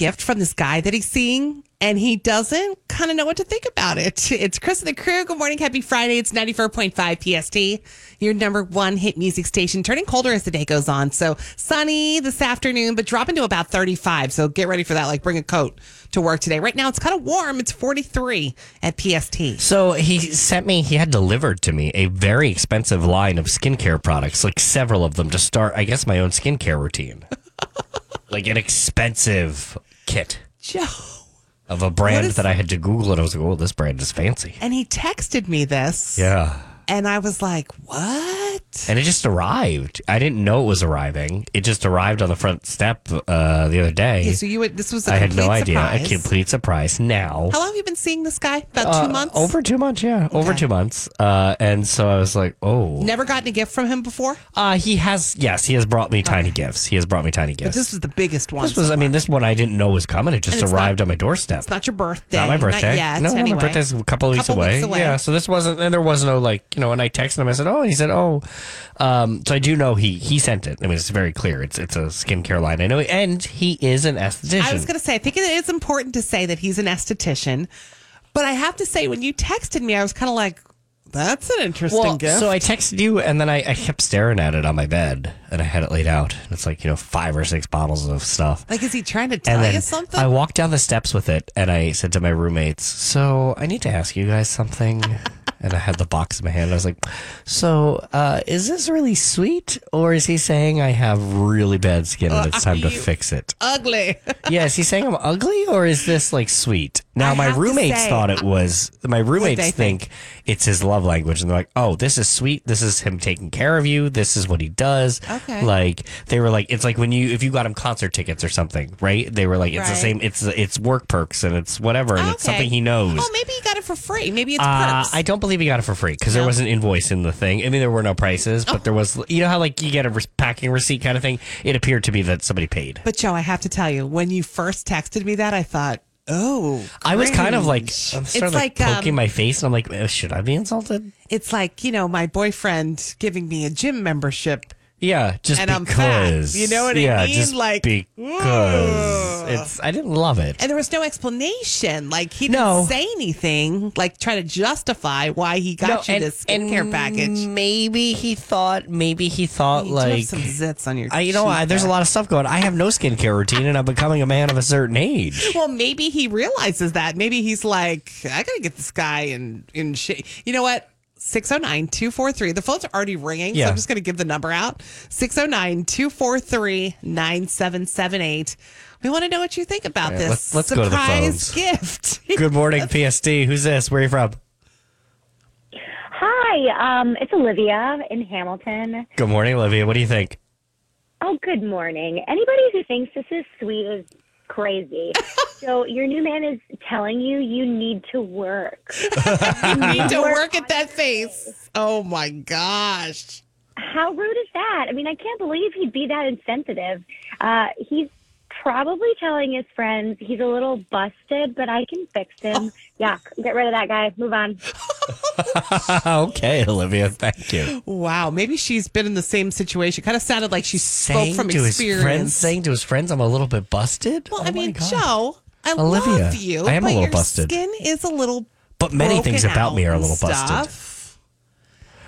gift from this guy that he's seeing, and he doesn't kind of know what to think about it. It's Chris and the crew. Good morning. Happy Friday. It's 94.5 PST, your number one hit music station, turning colder as the day goes on. So sunny this afternoon, but dropping to about 35. So get ready for that. Like bring a coat to work today. Right now, it's kind of warm. It's 43 at PST. So he sent me, he had delivered to me a very expensive line of skincare products, like several of them to start, I guess, my own skincare routine. like an expensive kit Joe. of a brand What is- that I had to Google, and I was like, oh, this brand is fancy. And he texted me this. Yeah. And I was like, what? And it just arrived. I didn't know it was arriving. It just arrived on the front step uh, the other day. Okay, so you would, this was a I had no complete idea. A surprise. complete surprise now. How long have you been seeing this guy? About two months? Over two months, yeah. Over Okay. two months. Uh, and so I was like, oh. Never gotten a gift from him before? Uh, he has, yes, he has brought me tiny gifts. He has brought me tiny gifts. But this was the biggest one. This was, I mean, this one I didn't know was coming. It just And it's arrived not- on my doorstep. it's not your birthday. Not my birthday. yet. no, anyway. my birthday's a couple of weeks, Couple away. weeks away. Yeah, so this wasn't, and there was no like, you know, and I texted him. I said, oh, and he said, oh. Um, so I do know he he sent it. I mean, it's very clear. It's it's a skincare line. I know, and he is an esthetician. I was going to say, I think it is important to say that he's an esthetician. But I have to say, when you texted me, I was kind of like, that's an interesting well, gift. so I texted you, and then I, I kept staring at it on my bed, and I had it laid out. And it's like you know five or six bottles of stuff. like, is he trying to And tell you then something? I walked down the steps with it and I said to my roommates, So I need to ask you guys something. and I had the box in my hand. I was like, So uh, is this really sweet or is he saying I have really bad skin and it's time to you- fix it? Ugly. yeah, is he saying I'm ugly or is this like sweet? Now, I my have to roommates say- thought it was, my roommates they think, it's his love language. And they're like, oh, this is sweet. This is him taking care of you. This is what he does. Okay. Like, they were like, it's like when you, if you got him concert tickets or something, right? They were like, it's the Right. same, it's, it's work perks and it's whatever. And it's Okay. something he knows. Oh, maybe he got it for free. Maybe it's Uh, perks. I don't believe he got it for free because there was an invoice in the thing. I mean, there were no prices, Oh. but there was, you know how like you get a re- packing receipt kind of thing? It appeared to be that somebody paid. But Joe, I have to tell you, when you first texted me that, I thought, oh, I was kind of like, cringe. I'm it's starting like, like poking um, my face, and I'm like, "Uh, should I be insulted? it's like you know my boyfriend giving me a gym membership, Yeah, just And I'm fat. because. You know what I yeah, mean? Just Like, because it's. I didn't love it. and there was no explanation. Like he didn't No. say anything, like trying to justify why he got you this skincare package. Maybe he thought. Maybe he thought You do have like. some zits on your. I, you know, I, cheek there's a there. lot of stuff going. I have no skincare routine, and I'm becoming a man of a certain age. Well, maybe he realizes that. Maybe he's like, I gotta get this guy in in shape. You know what? 609 243. The phones are already ringing, so Yeah. I'm just going to give the number out 609 243 9778. We want to know what you think about this let's- let's go to the surprise phones. gift. Good morning, PSD. Who's this? Where are you from? Hi, um, it's Olivia in Hamilton. Good morning, Olivia. What do you think? Oh, good morning. Anybody who thinks this is sweet is crazy. so your new man is telling you you need to work. you need to Work work on at that face. Oh my gosh. How rude is that? I mean, I can't believe he'd be that insensitive. Uh, he's probably telling his friends he's a little busted, but I can fix him. Yeah, get rid of that guy. Move on. okay, Olivia. Thank you. Wow. Maybe she's been in the same situation. Kind of sounded like she spoke Saying from to experience. his friends, saying to his friends, "I'm a little bit busted." Well, Oh I my mean, God. Joe, I Olivia, love you. I am but a little your busted. Skin is a little. But many things broken about me out are a and little busted. stuff.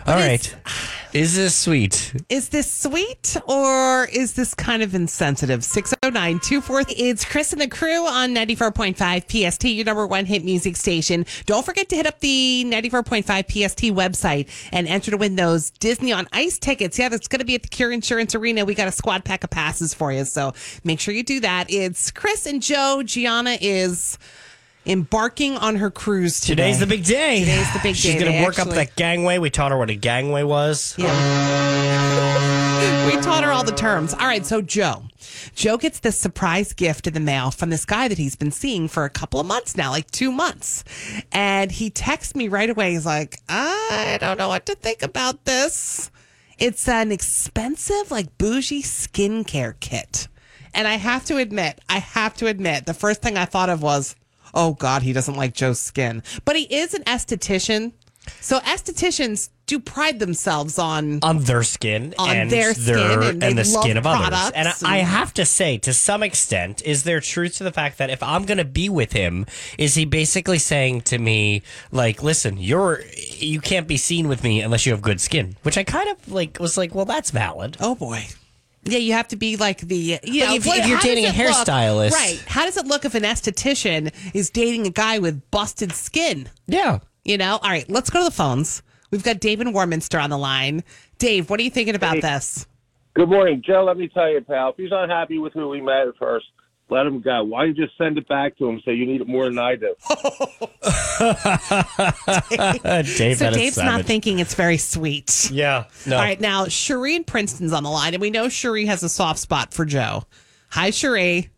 All it's- right. Is this sweet? Is this sweet or is this kind of insensitive? 609 243. It's Chris and the crew on 94.5 PST, your number one hit music station. Don't forget to hit up the 94.5 PST website and enter to win those Disney on Ice tickets. Yeah, that's going to be at the Cure Insurance Arena. We got a squad pack of passes for you. So make sure you do that. It's Chris and Joe. Gianna is embarking on her cruise today. Today's the big day. Today's the big She's day. She's going They to work actually- up that gangway. We taught her what a gangway was. Yeah. we taught her all the terms. All right, so Joe. Joe gets this surprise gift in the mail from this guy that he's been seeing for a couple of months now, like two months. And he texts me right away. He's like, I don't know what to think about this. It's an expensive, like bougie skincare kit. And I have to admit, I have to admit, the first thing I thought of was, oh God, he doesn't like Joe's skin. But he is an esthetician. So estheticians do pride themselves on. on their skin On and their skin, and and, they the love skin of others. products And I, and- I have to say, to some extent, is there truth to the fact that if I'm going to be with him, is he basically saying to me, like, listen, you're you can't be seen with me unless you have good skin, which I kind of like was like, well, that's valid. Oh boy. Yeah, you have to be like the you But know, if- if you're how does dating a it look- hairstylist- right? How does it look if an esthetician is dating a guy with busted skin? Yeah. You know. All right, let's go to the phones. We've got Dave in Warminster on the line. Dave, what are you thinking about this? Good morning, Joe. Let me tell you, pal. If he's not happy with who we met at first, let him go. Why don't you just send it back to him? Say you need it more than I do. Uh, Dave, So that is Dave's not savage. thinking it's very sweet. Yeah. No. All right, now Cherie and Princeton's on the line, and we know Cherie has a soft spot for Joe. Hi, Cherie.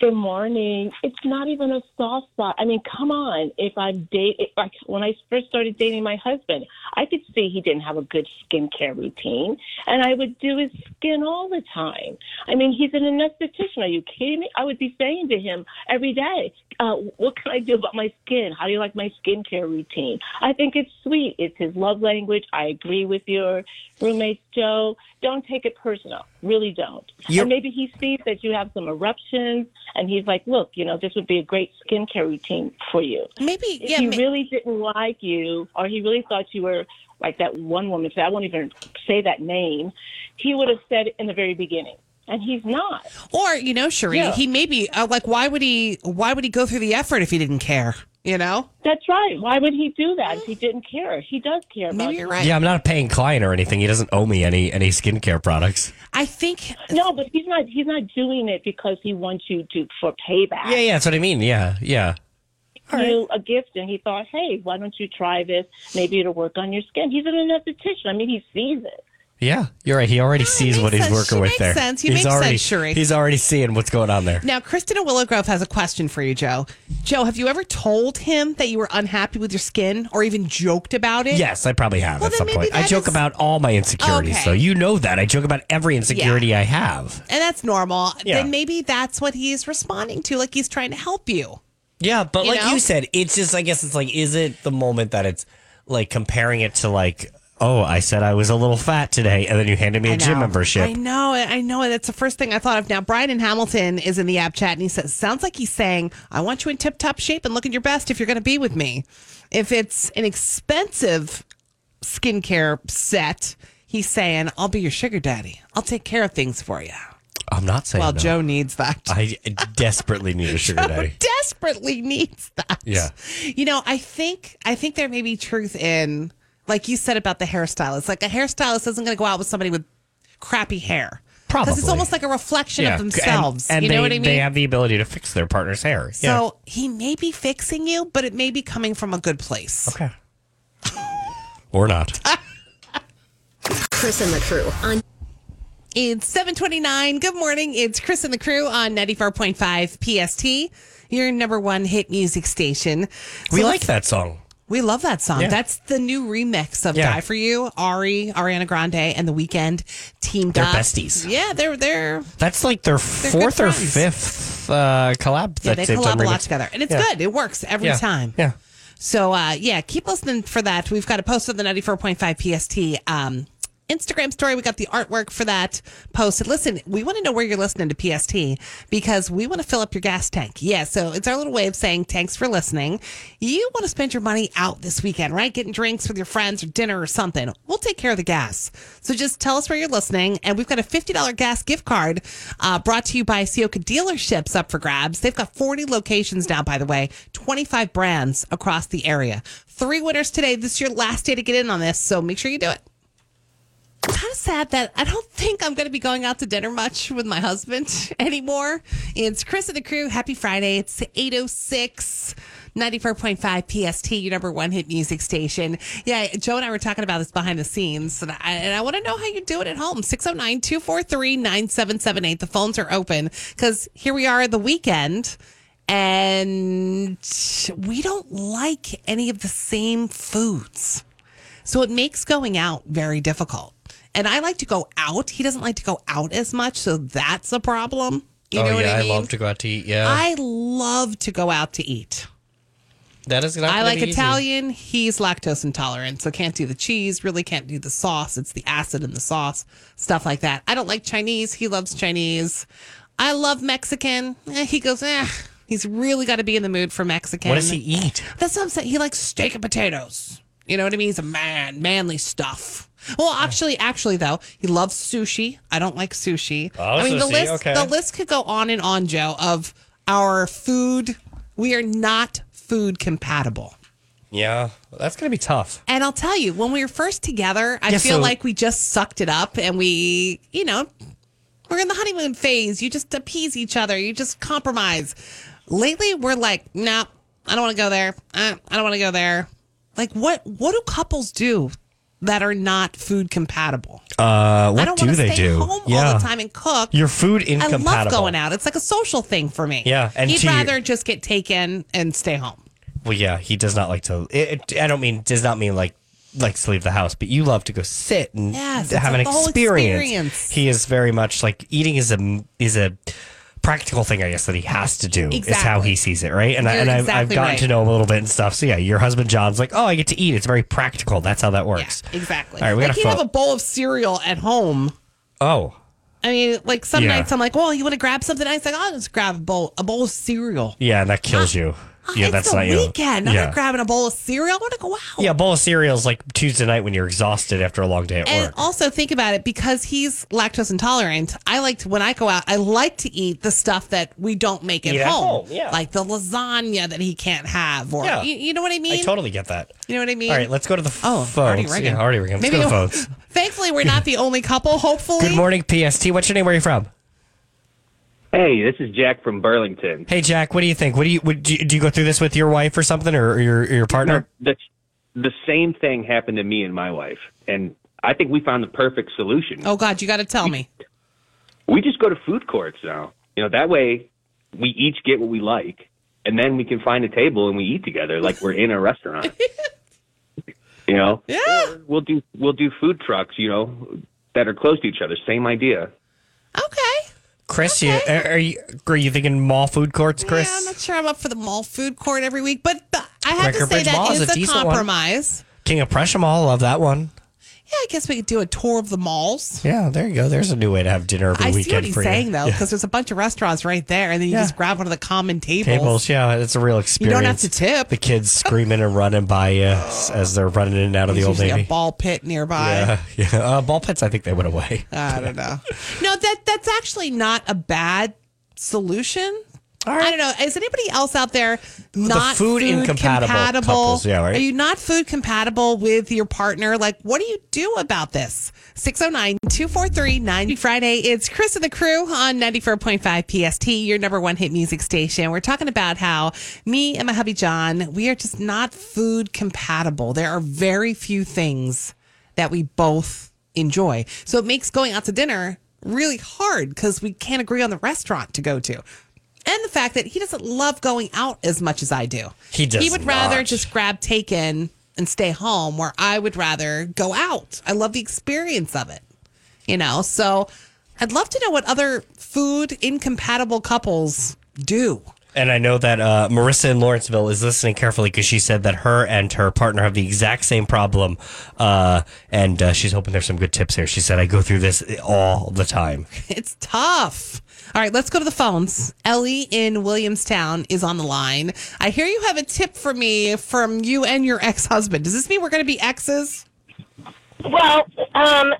Good morning. It's not even a soft spot. I mean, come on. If I'm date, if I, when I first started dating my husband, I could see he didn't have a good skincare routine, and I would do his skin all the time. I mean, he's an esthetician. Are you kidding me? I would be saying to him every day, uh, "What can I do about my skin? How do you like my skincare routine?" I think it's sweet. It's his love language. I agree with your roommates, Joe. Don't take it personal. Really don't. You're- And maybe he sees that you have some eruptions and he's like, look, you know, this would be a great skincare routine for you. Maybe If yeah, he ma- really didn't like you or he really thought you were like that one woman said, I won't even say that name, he would have said it in the very beginning. And he's not. or you know, Cherie, Yeah. he maybe uh, like why would he why would he go through the effort if he didn't care? You know, That's right. Why would he do that if he didn't care? He does care about maybe you. you're right. Yeah, I'm not a paying client or anything. He doesn't owe me any any skincare products. I think No, but he's not he's not doing it because he wants you to for payback. Yeah, yeah, that's what I mean. Yeah, yeah. you a gift and he thought, hey, why don't you try this? Maybe it'll work on your skin. He's an esthetician. I mean, he sees it. Yeah, you're right. He already sees makes what he's sense. working She with makes there. sense. You make he's sense, already, Sheree. He's already seeing what's going on there. now Kristen at Willow Grove has a question for you, Joe. Joe, have you ever told him that you were unhappy with your skin, or even joked about it? Yes, I probably have Well, at then some maybe point. I that joke is- about all my insecurities, Okay. though. You know that. I joke about every insecurity I have. and that's normal. Yeah. Then maybe that's what he's responding to, like he's trying to help you. Yeah, but You like know? you said, it's just, I guess it's like, is it the moment that it's like comparing it to like, oh, I said I was a little fat today, and then you handed me a I gym know. membership? I know, I know. That's the first thing I thought of. Now, Brian in Hamilton is in the app chat and he says, Sounds like he's saying, I want you in tip top shape and looking your best if you're going to be with me. If it's an expensive skincare set, he's saying, I'll be your sugar daddy. I'll take care of things for you. I'm not saying Well, no. Joe needs that. I desperately need a sugar daddy. desperately needs that. Yeah. You know, I think I think there may be truth in like you said about the hairstylist. Like a hairstylist isn't going to go out with somebody with crappy hair. Because it's Probably. almost like a reflection of and- themselves. And, you know they, what I mean? they have the ability to fix their partner's hair. yeah. So he may be fixing you, but it may be coming from a good place. Okay. or not. Chris and the crew on It's 729. Good morning. It's Chris and the crew on 94.5 PST, your number one hit music station. So We let's like that song. We love that song. Yeah. That's the new remix of Yeah. "Die for You." Ari, Ariana Grande, and The Weeknd teamed They're up. besties. Yeah, they're they're That's like their fourth or friends. fifth uh, collab yeah, that they they've done collab a lot remix- together, and it's Yeah. good. It works every yeah. time. Yeah. So uh, yeah, keep listening for that. We've got a post on the ninety four point five PST. Um, Instagram story. We got the artwork for that posted. Listen, we want to know where you're listening to PST because we want to fill up your gas tank. Yeah, so it's our little way of saying thanks for listening. You want to spend your money out this weekend, right? Getting drinks with your friends or dinner or something. We'll take care of the gas. So just tell us where you're listening. And we've got a $50 gas gift card uh, brought to you by Sioka Dealerships up for grabs. They've got 40 locations now, by the way, 25 brands across the area. Three winners today. This is your last day to get in on this. So make sure you do it kind of sad that I don't think I'm going to be going out to dinner much with my husband anymore. It's Chris and the crew. Happy Friday. It's 806 94.5 PST, your number one hit music station. Yeah, Joe and I were talking about this behind the scenes, and I, and I want to know how you do it at home. 609 243 9778. The phones are open because here we are the weekend. And we don't like any of the same foods. So it makes going out very difficult. And I like to go out. He doesn't like to go out as much. So that's a Oh, problem. You know what I mean? go out to eat. Yeah. I love to go out to eat. That is not. I gonna like be easy. Italian. He's lactose intolerant, so can't do the cheese, really can't do the sauce. It's the acid in the sauce, stuff like that. I don't like Chinese. He loves Chinese. I love Mexican. Eh, he goes, eh. He's really got to be in the mood for Mexican. What does he eat? That's what I'm saying. He likes steak and potatoes. You know what I mean? He's a man, manly stuff. Well, actually, actually though, he loves sushi. I don't like sushi. Oh, I mean, the sushi, list okay. the list could go on and on, Joe, of our food. We are not food compatible. Yeah, that's gonna be tough. And I'll tell you, when we were first together, I Yeah, feel so- like we just sucked it up and we, you know, we're in the honeymoon phase. You just appease each other, you just compromise. Lately, we're like, no, I don't want to go there. I, I don't want to go there. Like, what what do couples do that are not food compatible? Uh, what I don't do want to they stay do? home all yeah, the time and cook. your food I incompatible. love going out. It's like a social thing for me. Yeah, and he'd to you- rather just get taken and stay home. Well, yeah, he does not like to. It, it- I don't mean does not mean like likes to leave the house, but you love to go sit and Yes, it's have an like the whole experience. experience. He is very much like eating is a is a practical thing, I guess, that he has to do. Is how Exactly. he sees it, right? And I, You're and I've, I've exactly gotten right. to know him a little bit and stuff. So yeah, your husband John's like, oh, I get to eat. It's very practical. That's how that Yeah, works. exactly. All right, we like gotta he'd have fo- a bowl of cereal at home Oh, I mean, like some Yeah. nights I'm like, well, you want to grab something? I was like, I'll just grab a bowl, a bowl of cereal. yeah, and that kills you. Yeah, Ah, it's that's the not you. weekend. I'm Yeah. not grabbing a bowl of cereal. I want to go out. yeah, a bowl of cereal is like Tuesday night when you're exhausted after a long day at And work. also think about it because he's lactose intolerant. I like to, when I go out, I like to eat the stuff that we don't make at Eat at home. home, yeah. Like the lasagna that he can't have, or Yeah. you, you know what I I mean. totally get that. you know what I mean. All right, let's go to the f- oh, phones. already ringing. Yeah, already ringing. Let's Maybe go to the we'll- phones. Thankfully, we're not the only couple. Hopefully, Good morning, PST. What's your name? Where are you from? Hey, this is Jack from Burlington. Hey, Jack. What do you think? What do you would do? You, do you go through this with your wife or something, or, or your or your partner? The, the same thing happened to me and my wife, and I think we found the perfect solution. Oh God, you got to tell me. We just go to food courts now. You know, that way we each get what we like, and then we can find a table and we eat together like we're in a restaurant. you know, Yeah. we'll do we'll do food trucks. You know, that are close to each other. Same idea. Okay. Chris, you, uh, are, are you are you thinking mall food courts, Chris? Yeah, I'm not sure I'm up for the mall food court every week, but th- I have to Quaker say Bridge Mall that is is a a decent one. compromise. King of Prussia Mall. Love that one. Yeah, I guess we could do a tour of the malls. Yeah, there you go. There's a new way to have dinner over the I weekend see what he's for you. saying though, because there's a bunch of restaurants right there, and then you Yeah. just grab one of the common tables. Tables, yeah, it's a real You experience. don't have to tip. The kids screaming and running by you s- as they're running in and out of There's the old usually lady. a ball pit nearby. yeah, yeah. Uh, ball pits, I think they went away. I don't know. No, that that's actually not a bad solution. I don't know. Is anybody else out there not food incompatible couples, yeah, right? Are you not food compatible with your partner? Like, what do you do about this? 609-243-90 Friday. It's Chris and the crew on 94.5 PST, your number one hit music station. We're talking about how me and my hubby John, we are just not food compatible. There are very few things that we both enjoy. So it makes going out to dinner really hard because we can't agree on the restaurant to go to. And the fact that he doesn't love going out as much as I do. He does He would rather not. just grab taken and stay home where I would rather go out. I love the experience of it. You know, so I'd love to know what other food incompatible couples do. And I know that uh, Marissa in Lawrenceville is listening carefully because she said that her and her partner have the exact same problem. Uh, and uh, she's hoping there's some good tips here. She said, I go through this all the time. It's tough. All right, let's go to the phones. Ellie in Williamstown is on the line. I hear you have a tip for me from you and your ex husband. Does this mean we're going to be exes? Well, um,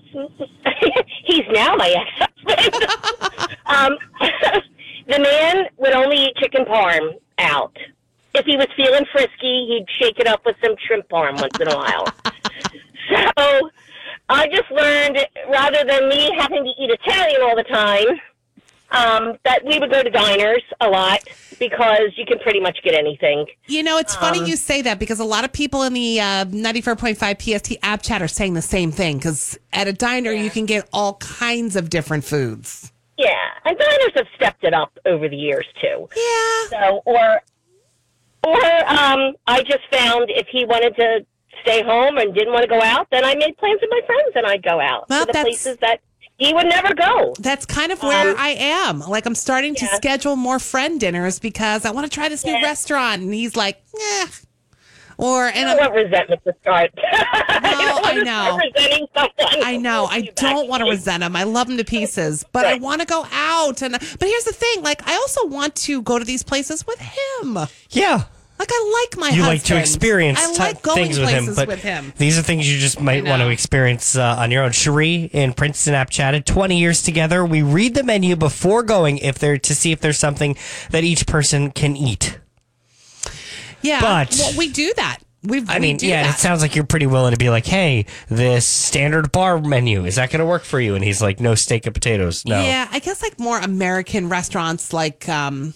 he's now my ex-husband. um, the man would only eat chicken parm out. If he was feeling frisky, he'd shake it up with some shrimp parm once in a while. so I just learned, rather than me having to eat Italian all the time, um, that we would go to diners a lot because you can pretty much get anything. You know, it's Uh-huh. funny you say that because a lot of people in the uh, 94.5 PST app chat are saying the same thing because at a diner, you can get all kinds of different foods. Yeah, and diners have stepped it up over the years too. Yeah. So, or, or um, I just found if he wanted to stay home and didn't want to go out, then I made plans with my friends and I'd go out Well, to the that's- places that he would never go. That's kind of where Um, I am. Like I'm starting to yeah. schedule more friend dinners because I want to try this new Yeah. restaurant, and he's like, "Yeah, Or and I I'm, want resentment to start. Well, I I, don't want to know. start resenting someone. I know I don't want to resent him. I love him to pieces, but I Right. want to go out. And but here's the thing: like I also want to go to these places with him. Yeah. Like I like my. you husband. like to experience I ti- like going things with places him, but with him. these are things you just might want to experience uh, on your own. Cherie and Princeton app chatted 20 years together. We read the menu before going if they're to see if there's something that each person can eat. Yeah, But- well, we do that. We've, I we mean, do yeah, that. it sounds like you're pretty willing to be like, hey, this standard bar menu is that going to work for you? And he's like, no steak and potatoes, no. Yeah, I guess like more American restaurants, like um,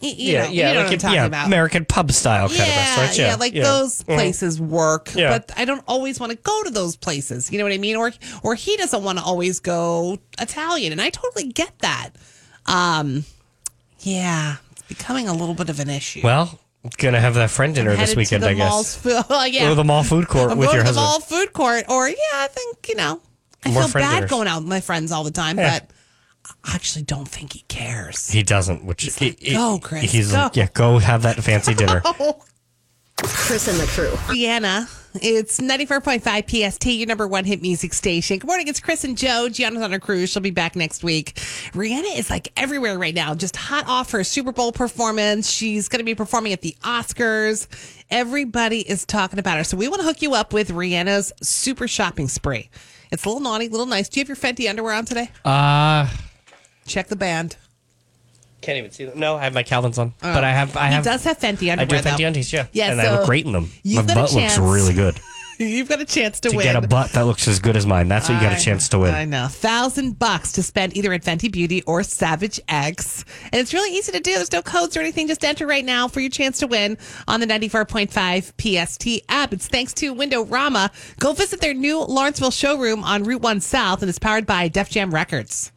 y- you know, you know what I'm a- talking yeah, about. American pub style kind of yeah, restaurants. yeah, Yeah, like yeah. Mm-hmm. those places work, Yeah. but I don't always want to go to those places. You know what I mean? Or or he doesn't want to always go Italian, and I totally get that. Um, yeah, it's becoming a little bit of an issue. Well, gonna have that friend dinner this Headed weekend, to the I malls, guess. well, yeah, Go to the mall food court I'm with going your to the husband. mall food court, or yeah, I think you know, I More feel friend bad dinners. going out with my friends all the time, Yeah. but I actually don't think he cares. He doesn't, which he- like, he- "Go, Chris, He's go." like, yeah, go have that fancy dinner. Chris and the crew. Vienna, it's 94.5 PST, your number one hit music station. Good morning, it's Chris and Joe. Gianna's on her cruise. She'll be back next week. Rihanna is like everywhere right now, just hot off her Super Bowl performance. She's going to be performing at the Oscars. Everybody is talking about her. So we want to hook you up with Rihanna's super shopping spree. It's a little naughty, a little nice. Do you have your Fenty underwear on today? Uh, Check the band. can't even see them. No, I have my Calvin's on, but I have, Uh, I He have, does have Fenty underwear. I do have though. Fenty undies, yeah, Yeah, and I so look great in them. My you've got a butt looks chance really good. You've got a chance to, To win. get a butt that looks as good as mine, that's what you got a chance to win. I know. Thousand bucks to spend either at Fenty Beauty or Savage X. And it's really easy to do. There's no codes or anything. Just enter right now for your chance to win on the 94.5 PST app. It's thanks to Window Rama. Go visit their new Lawrenceville showroom on Route 1 South and it's powered by Def Jam Records.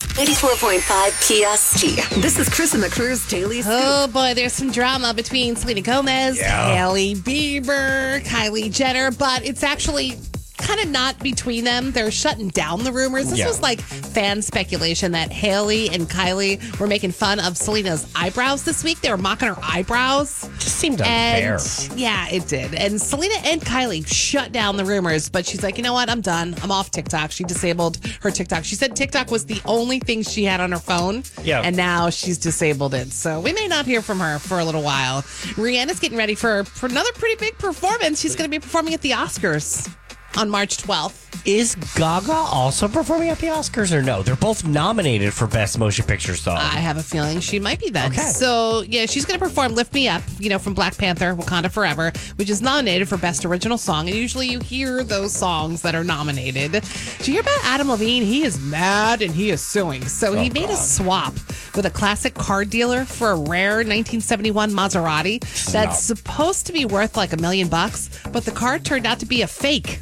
94.5 PST. This is Chris and the crew's daily scoop. Oh boy, there's some drama between Selena Gomez, Haley Bieber, Kylie Jenner, but it's actually kind of not between them. They're shutting down the rumors. This Yeah. was like fan speculation that Haley and Kylie were making fun of Selena's eyebrows this week. They were mocking her eyebrows. Just seemed unfair. And yeah, it did. And Selena and Kylie shut down the rumors, but she's like, you know what? I'm done. I'm off TikTok. She disabled her TikTok. She said TikTok was the only thing she had on her phone. Yeah. And now she's disabled it. So we may not hear from her for a little while. Rihanna's getting ready for, for another pretty big performance. She's going to be performing at the Oscars on March 12th. Is Gaga also performing at the Oscars or no? They're both nominated for Best Motion Picture Song. I have a feeling she might be then. Okay. So yeah, she's going to perform "Lift Me Up," you know, from Black Panther: Wakanda Forever, which is nominated for Best Original Song. And usually, you hear those songs that are nominated. Did you hear about Adam Levine? He is mad and he is suing. So he made a swap with a classic car dealer for a rare 1971 Maserati that's supposed to be worth like a million bucks, but the car turned out to be a fake.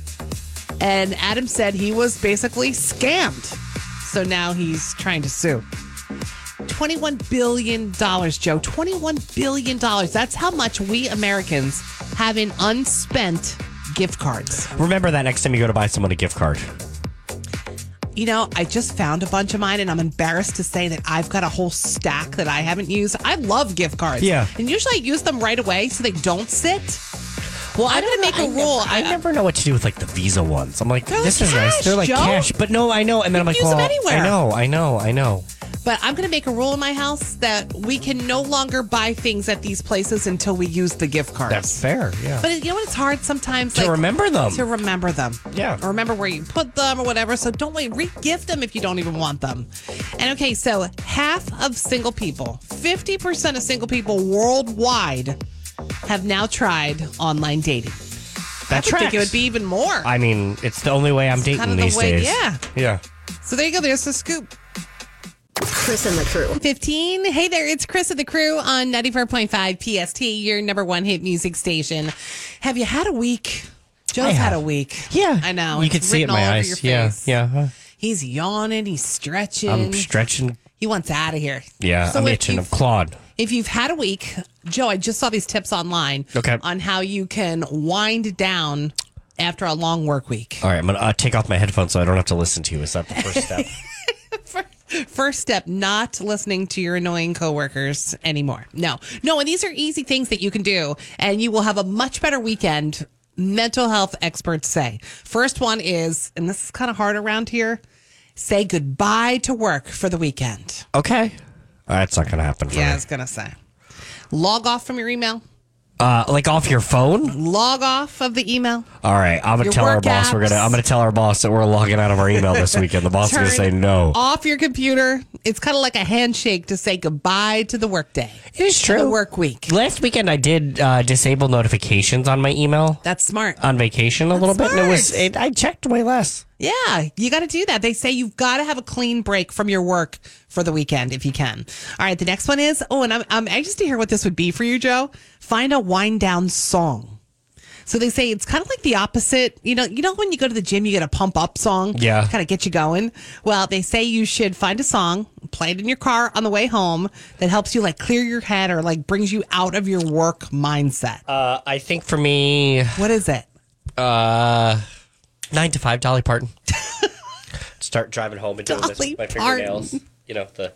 And Adam said he was basically scammed. So now he's trying to sue. $21 billion, Joe. $21 billion. That's how much we Americans have in unspent gift cards. Remember that next time you go to buy someone a gift card. You know, I just found a bunch of mine and I'm embarrassed to say that I've got a whole stack that I haven't used. I love gift cards. Yeah. And usually I use them right away so they don't sit. Well, I'm going to make a rule. I never know what to do with like the Visa ones. I'm like, They're like this is nice. cash, They're like Joe. cash, but no, I know. And then I'm like, use well, them anywhere. I know, I know, I know. But I'm going to make a rule in my house that we can no longer buy things at these places until we use the gift cards. That's fair. Yeah. But you know what? It's hard sometimes to like, remember them. to remember them. Yeah. Or remember where you put them or whatever. So don't wait, re gift them if you don't even want them. And okay, so half of single people, 50% of single people worldwide have now tried online dating. that I would think tracks. it would be even more. I mean, it's the only way I'm dating kind of the these way- days. yeah. Yeah. so there you go. There's the scoop. Chris and the crew. 15. Hey there, it's Chris of the crew on 94.5 PST, your number one hit music station. Have you had a week? Joe's had have. a week. Yeah. I know. You It's can see it in written all over my eyes. your Yeah. face. Yeah. huh. He's yawning. He's stretching. I'm stretching. he wants out of here. Yeah. So I'm if itching. I'm you've- clawed. If you've had a week, Joe, I just saw these tips online Okay. on how you can wind down after a long work week. All right. I'm going to uh, take off my headphones so I don't have to listen to you. Is that the first step? First step, not listening to your annoying coworkers anymore. No, no. And these are easy things that you can do, and you will have a much better weekend, mental health experts say. First one is, and this is kind of hard around here, say goodbye to work for the weekend. Okay. That's not going to happen for Yeah, I me. was going to say. Log off from your email, Uh, like off your phone? log off of the email. All right. I'm going Your to tell our work boss we're going to apps. I'm going to tell our boss that we're logging out of our email this weekend. The boss is going to say Turn no. Off your computer. It's kind of like a handshake to say goodbye to the workday, It is the true. work week. Last weekend I did uh, disable notifications on my email That's smart. on vacation a little bit and it was smart. it, I checked way less. Yeah, you got to do that. They say you've got to have a clean break from your work for the weekend if you can. All right, the next one is oh, and I'm, I'm anxious to hear what this would be for you, Joe. Find a wind down song. So they say it's kind of like the opposite. You know, you know when you go to the gym, you get a pump up song, Yeah. kind of get you going. Well, they say you should find a song, play it in your car on the way home that helps you like clear your head or like brings you out of your work mindset. Uh, I think for me what is it? Uh, nine to five, Dolly Parton. Start driving home and doing this Dolly with my Parton. fingernails. You know the.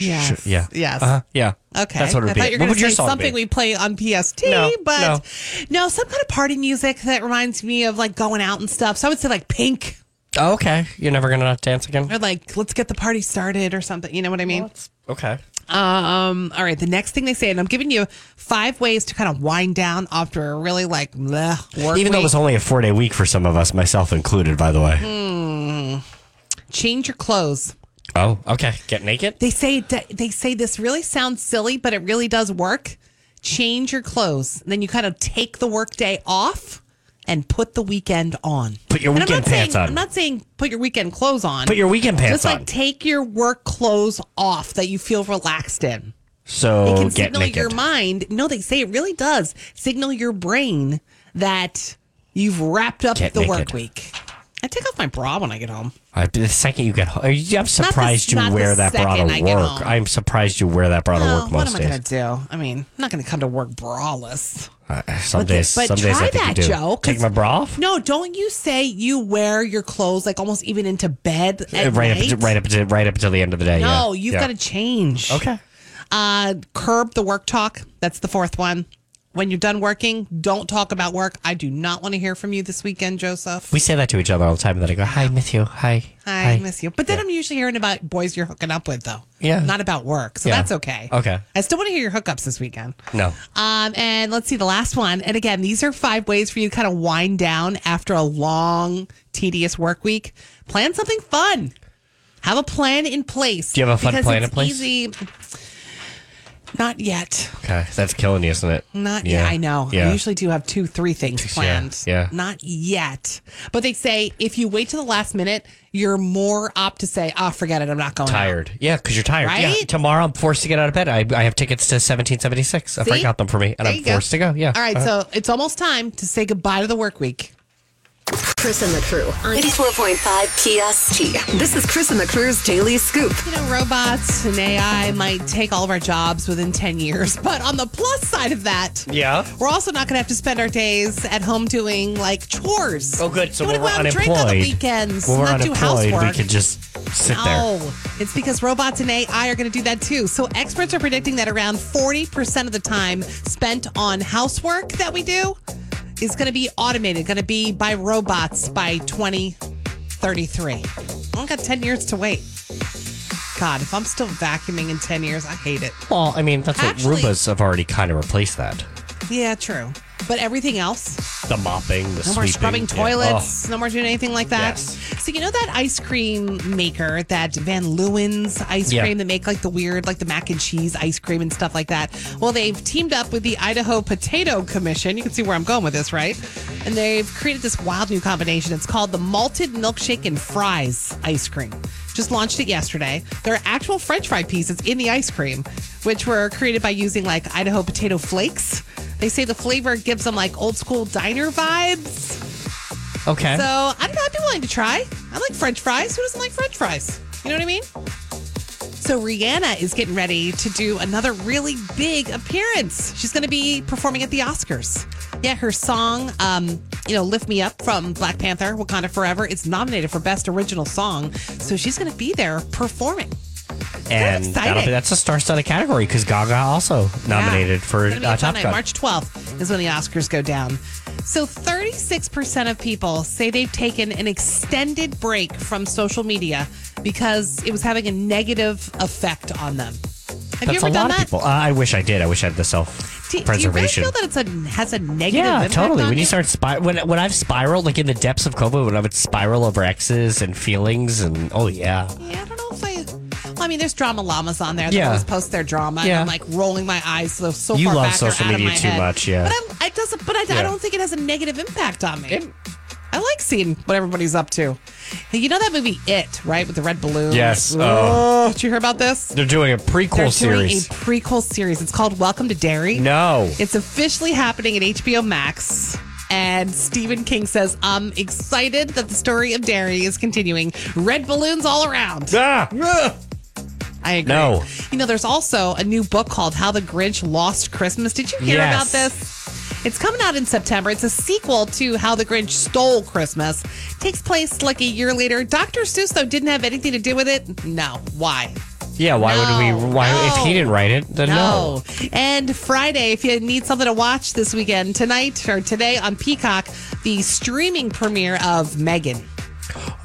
Yes. Yeah. Yes. Uh, yeah. Okay, That's what it would I thought be. you were What going would to say your song something be? we play on PST, No, but no. no. some kind of party music that reminds me of like going out and stuff. So I would say like Pink Oh, okay. You're never gonna not dance again. or like Let's Get the Party Started or something. You know what I mean? Okay. Um. All right. The next thing they say, and I'm giving you five ways to kind of wind down after a really like bleh, work. Even though it week. was only a four day week for some of us, myself included, by the way. Hmm. change your clothes. Oh, okay. Get naked. They say it- they say this really sounds silly, but it really does work. Change your clothes, then you kind of take the workday off and put the weekend on. Put your And I'm weekend not pants saying, on. I'm not saying put your weekend clothes on. Put your weekend pants just like on. take your work clothes off that you feel relaxed in. It so can get signal naked. your mind. No, they say it really does signal your brain that you've wrapped up Get the naked. work week. I take off my bra when I get home. I, Uh, the second you get home, I'm surprised you not the wear that bra to second I get work. home. I'm surprised you wear that bra to No, work Oh, what am most I days. going to do? I mean, I'm not going to come to work braless. Uh, some days, but some days try I think you that, do. Joe, 'cause- Take my bra off. No, don't you say you wear your clothes like almost even into bed Uh, at right night? up, to, right up to, right up until the end of the day. No, yeah. you've Yeah. got to change. Okay. Uh, curb the work talk. That's the fourth one. When you're done working, don't talk about work. I do not want to hear from you this weekend, Joseph. We say that to each other all the time. And then I go, "Hi, miss you. Hi, I miss you. But then I'm usually hearing about boys you're hooking up with, though. Yeah. Not about work. So Yeah. that's okay. Okay. I still want to hear your hookups this weekend. No, Um, and let's see the last one. And again, these are five ways for you to kind of wind down after a long, tedious work week. Plan something fun. Have a plan in place. Do you have a fun Because plan in it's place? Easy. Not yet. okay, that's killing you, isn't it? Not yet. I know. Yeah. I usually do have two, three things planned. yeah. Not yet. But they say if you wait to the last minute, you're more apt to say, "Oh, forget it. I'm not going." out." tired. Yeah, because you're tired. Yeah. Right? Tomorrow I'm forced to get out of bed. I, I have tickets to 1776. A friend See? got them for me, There and I'm you go. forced to go. Yeah. Uh-huh. All right. So it's almost time to say goodbye to the work week. Chris and the crew on 84.5 PST. This is Chris and the crew's daily scoop. You know, robots and AI might take all of our jobs within 10 years. But on the plus side of that, Yeah. we're also not going to have to spend our days at home doing like chores. Oh, good. So Going to when we're go out and drink on the unemployed, weekends, when we're not do unemployed, housework. we could just sit there. No, Oh, it's because robots and AI are going to do that too. So experts are predicting that around 40% of the time spent on housework that we do is going to be automated, going to be by robots by 2033. I only got 10 years to wait. God, if I'm still vacuuming in 10 years, I hate it. Well, I mean, that's Actually- what Rubas have already kind of replaced that. Yeah, true. But everything else, The mopping, the no sweeping, more Oh, scrubbing yeah. toilets, no more doing anything like that. Yes. So you know that ice cream maker, that Van Leeuwen's ice Yeah. cream that make like the weird, like the mac and cheese ice cream and stuff like that. Well, they've teamed up with the Idaho Potato Commission. You can see where I'm going with this, right? And they've created this wild new combination. It's called the Malted Milkshake and Fries ice cream. Just launched it yesterday. There are actual French fry pieces in the ice cream, which were created by using like Idaho potato flakes. They say the flavor gives them like old school diner vibes. Oh, okay. So I don't know. I'd be willing to try. I like French fries. Who doesn't like French fries? You know what I mean? So Rihanna is getting ready to do another really big appearance. She's going to be performing at the Oscars. Yeah, her song, um, you know, "Lift Me Up" from Black Panther, Wakanda Forever, is nominated for Best Original Song. So she's going to be there performing. and exciting. that'll be, that's a star-studded category because Gaga also nominated Yeah. for It's gonna be uh, a fun Top night. Gun. March 12th is when the Oscars go down. So 36% of people say they've taken an extended break from social media because it was having a negative effect on them. Have that's you ever a done lot of that? people. Uh, I wish I did. I wish I had the Do, do you really self-preservation. feel that it's a has a negative yeah, impact totally. on When you you? start spir- when when I've spiraled like in the depths of COVID, when I would spiral over exes and feelings and oh yeah, Yeah, I don't know if I. Well, I mean, there's drama llamas on there that Yeah. always post their drama, and Yeah. I'm like rolling my eyes so so You far love back or social out of media my too head. much, yeah. But I'm, I doesn't. But I, I Yeah. don't think it has a negative impact on me. I like seeing what everybody's up to. Hey, you know that movie It, right, with the red balloon? Yes, Oh, oh. did you hear about this? they're doing a prequel They're series. doing a prequel series. It's called Welcome to Dairy. no, It's officially happening at HBO Max. And Stephen King says, I'm excited that the story of Derry is continuing. Red balloons all around. Ah! I agree. No. You know, there's also a new book called How the Grinch Lost Christmas. Did you hear Yes. about this? It's coming out in September. It's a sequel to How the Grinch Stole Christmas. takes place like a year later. Dr. Seuss, though, didn't have anything to do with it. No. Why? yeah. Why would No, we? Why if no. he didn't write it? Then no. No. And Friday, if you need something to watch this weekend, tonight or today on Peacock, the streaming premiere of Megan.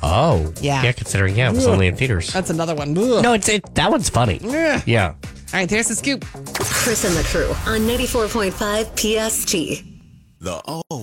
Oh, Yeah. Yeah, considering yeah, it was only in theaters. That's another one. Ugh. no, it's it. That one's funny. Ugh. Yeah. All right, there's the scoop. Chris and the crew on 94.5 PST. The O